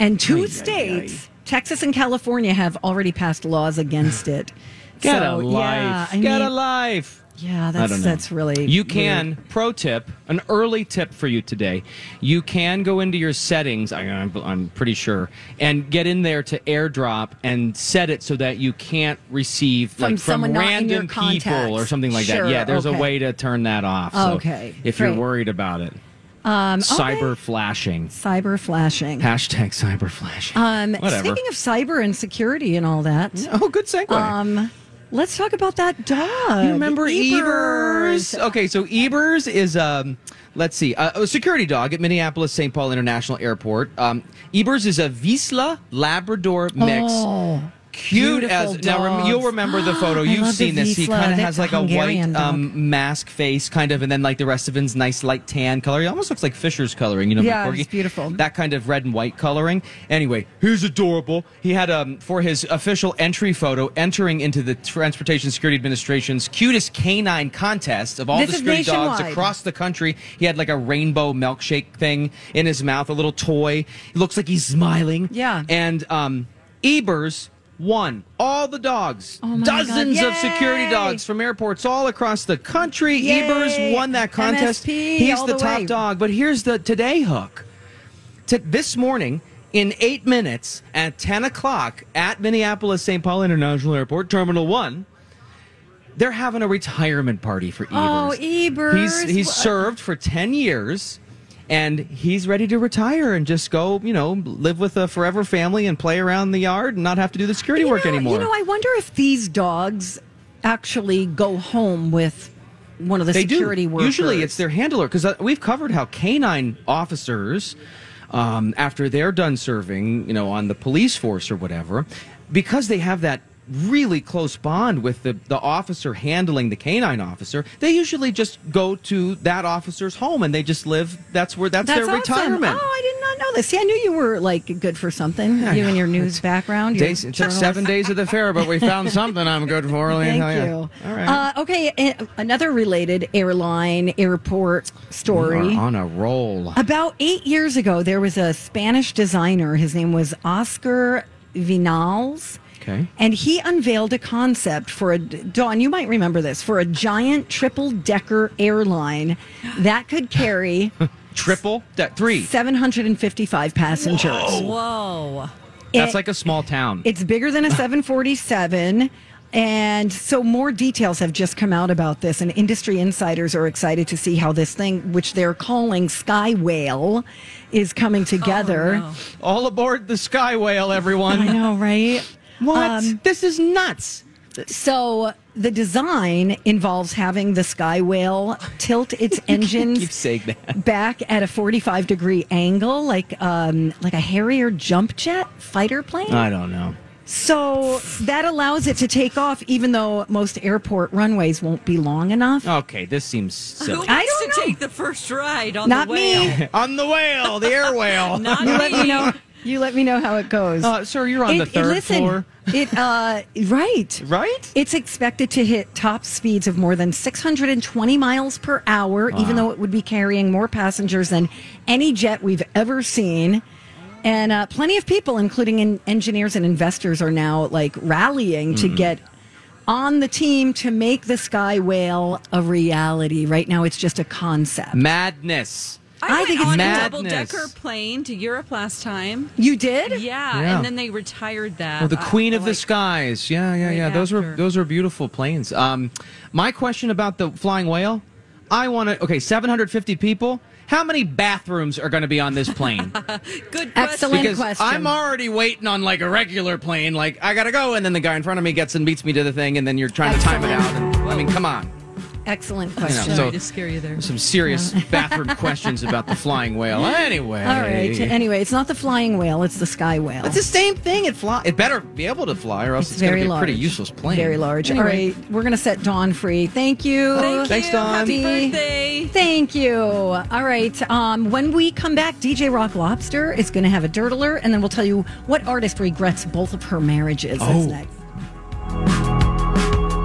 Speaker 1: And two states, Texas and California, have already passed laws against it.
Speaker 11: Get a
Speaker 1: So,
Speaker 11: life.
Speaker 1: Yeah, I
Speaker 11: Get a
Speaker 1: mean-
Speaker 11: life.
Speaker 1: Yeah, that's, that's really.
Speaker 11: You
Speaker 1: weird.
Speaker 11: can pro tip, an early tip for you today. You can go into your settings. I, I'm, I'm pretty sure, and get in there to AirDrop and set it so that you can't receive
Speaker 1: From
Speaker 11: like from
Speaker 1: someone not in your
Speaker 11: random
Speaker 1: contacts.
Speaker 11: people or something like
Speaker 1: Sure,
Speaker 11: that. Yeah, there's
Speaker 1: okay.
Speaker 11: a way to turn that off. So
Speaker 1: Okay,
Speaker 11: if you're
Speaker 1: great.
Speaker 11: worried about it,
Speaker 1: Um, okay.
Speaker 11: cyber flashing.
Speaker 1: Cyber flashing.
Speaker 11: Hashtag cyber flashing.
Speaker 1: Um,
Speaker 11: Whatever.
Speaker 1: Speaking of cyber and security and all that.
Speaker 11: Oh, good segue.
Speaker 1: Um, let's talk about that dog.
Speaker 11: You remember Ebers? Okay, so Ebers is um let's see, a, a security dog at Minneapolis St. Paul International Airport. Um Ebers is a Visla Labrador mix.
Speaker 1: Oh,
Speaker 11: Cute
Speaker 1: beautiful
Speaker 11: as now, rem-
Speaker 1: dogs.
Speaker 11: you'll remember the photo.
Speaker 1: I
Speaker 11: You've
Speaker 1: love the
Speaker 11: seen this. He
Speaker 1: Wisla.
Speaker 11: kind of
Speaker 1: That's
Speaker 11: has
Speaker 1: a
Speaker 11: like a white
Speaker 1: Hungarian dog.
Speaker 11: um, mask face, kind of, and then like the rest of him's nice light tan color. He almost looks like Fisher's coloring, you know?
Speaker 1: Yeah,
Speaker 11: McCorgi.
Speaker 1: it's beautiful.
Speaker 11: That kind of red and white coloring. Anyway, he's adorable. He had um, for his official entry photo entering into the Transportation Security Administration's cutest canine contest of all
Speaker 1: This
Speaker 11: the
Speaker 1: is
Speaker 11: security dogs
Speaker 1: nationwide.
Speaker 11: across the country. He had like a rainbow milkshake thing in his mouth, a little toy. It looks like he's smiling.
Speaker 1: Yeah.
Speaker 11: And um, Ebers won all the dogs,
Speaker 1: oh my
Speaker 11: dozens
Speaker 1: God.
Speaker 11: of security
Speaker 1: Yay!
Speaker 11: dogs from airports all across the country.
Speaker 1: Yay!
Speaker 11: Ebers won that contest.
Speaker 1: MSP
Speaker 11: He's
Speaker 1: all
Speaker 11: the,
Speaker 1: the
Speaker 11: top
Speaker 1: way.
Speaker 11: dog. But here's the today hook. To this morning, in eight minutes at 10 o'clock at Minneapolis St. Paul International Airport, Terminal 1, they're having a retirement party for Ebers.
Speaker 1: Oh,
Speaker 11: He's,
Speaker 1: Ebers.
Speaker 11: he's
Speaker 1: What-
Speaker 11: served for 10 years and he's ready to retire and just go, you know, live with a forever family and play around the yard and not have to do the security work anymore.
Speaker 1: You know, I wonder if these dogs actually go home with one of the
Speaker 11: they
Speaker 1: security
Speaker 11: do.
Speaker 1: workers.
Speaker 11: Usually it's their handler because we've covered how canine officers, um, after they're done serving, you know, on the police force or whatever, because they have that really close bond with the, the officer handling the canine officer, they usually just go to that officer's home and they just live. That's where that's,
Speaker 1: That's
Speaker 11: their
Speaker 1: awesome.
Speaker 11: retirement.
Speaker 1: Oh, I did not know this. See, I knew you were like good for something.
Speaker 11: I
Speaker 1: you
Speaker 11: know.
Speaker 1: and your news background. your
Speaker 11: Days- it took
Speaker 1: journalist.
Speaker 11: seven days of the fair, but we found something I'm good for. Lee.
Speaker 1: Thank
Speaker 11: Hell yeah.
Speaker 1: you.
Speaker 11: All right.
Speaker 1: Uh, okay, a- another related airline airport story.
Speaker 11: We are on a roll.
Speaker 1: About eight years ago, there was a Spanish designer. His name was Oscar Vinals.
Speaker 11: Okay.
Speaker 1: And he unveiled a concept for a, Dawn, you might remember this, for a giant triple decker airline that could carry
Speaker 11: Triple that three.
Speaker 1: 755 passengers.
Speaker 7: Whoa.
Speaker 11: That's
Speaker 1: It-
Speaker 11: like a small town.
Speaker 1: It's bigger than a 747. And so more details have just come out about this, and industry insiders are excited to see how this thing, which they're calling Sky Whale, is coming together.
Speaker 11: All aboard the Sky Whale, everyone.
Speaker 1: I know, right? Um,
Speaker 11: What? this is nuts.
Speaker 1: So the design involves having the Sky Whale tilt its engines
Speaker 11: Keep saying that.
Speaker 1: back at a 45 degree angle, like um, like a Harrier jump jet fighter plane.
Speaker 11: I don't know.
Speaker 1: So that allows it to take off, even though most airport runways won't be long enough.
Speaker 11: Okay, this seems
Speaker 7: Who
Speaker 11: silly.
Speaker 7: wants to take the first ride on
Speaker 1: Not
Speaker 7: the
Speaker 1: me.
Speaker 7: whale?
Speaker 11: On the whale, the air whale.
Speaker 7: Not
Speaker 1: You let me know. You let me know how it goes.
Speaker 2: Oh,
Speaker 11: Uh, sir, you're on the third
Speaker 1: listen,
Speaker 11: floor.
Speaker 1: It uh, right,
Speaker 11: right.
Speaker 1: It's expected to hit top speeds of more than 620 miles per hour, even though it would be carrying more passengers than any jet we've ever seen. And uh, plenty of people, including in engineers and investors, are now like rallying to
Speaker 11: Mm-hmm.
Speaker 15: Mhm.
Speaker 1: get on the team to make the sky whale a reality. Right now, it's just a concept.
Speaker 11: Madness.
Speaker 1: I
Speaker 7: went
Speaker 1: think it's
Speaker 7: on a
Speaker 1: madness.
Speaker 7: double decker plane to Europe last time.
Speaker 1: You did?
Speaker 7: Yeah,
Speaker 11: Yeah.
Speaker 7: and then they retired that.
Speaker 11: Well, the
Speaker 7: Uh,
Speaker 11: queen of the skies. Yeah, yeah, yeah. Those were those were beautiful planes. Um, my question about the flying whale. I want to. Okay, 750 people. How many bathrooms are going to be on this plane?
Speaker 7: Good
Speaker 1: Excellent
Speaker 11: because
Speaker 1: question.
Speaker 11: I'm already waiting on like a regular plane. Like I gotta go, and then the guy in front of me gets and beats me to the thing, and then you're trying to time it out. And, I mean, come on.
Speaker 1: Excellent
Speaker 11: You know,
Speaker 1: question.
Speaker 11: so-
Speaker 7: scare you there.
Speaker 11: Some serious bathroom questions about the flying whale. Anyway.
Speaker 1: All right. Anyway, it's not the flying whale; it's the sky whale.
Speaker 11: It's the same thing. It fly. It better be able to fly, or else it's, going to
Speaker 1: very
Speaker 11: be a pretty
Speaker 1: large.
Speaker 11: useless plane.
Speaker 1: Very large.
Speaker 11: Anyway.
Speaker 1: All right, we're gonna set Dawn free. Thank you.
Speaker 11: Thank you. Thanks, Dawn. Happy
Speaker 7: birthday.
Speaker 1: Thank you. All right. Um, when we come back, DJ Rock Lobster is gonna have a dirtler, and then we'll tell you what artist regrets both of her marriages. That's
Speaker 11: Oh.
Speaker 1: next.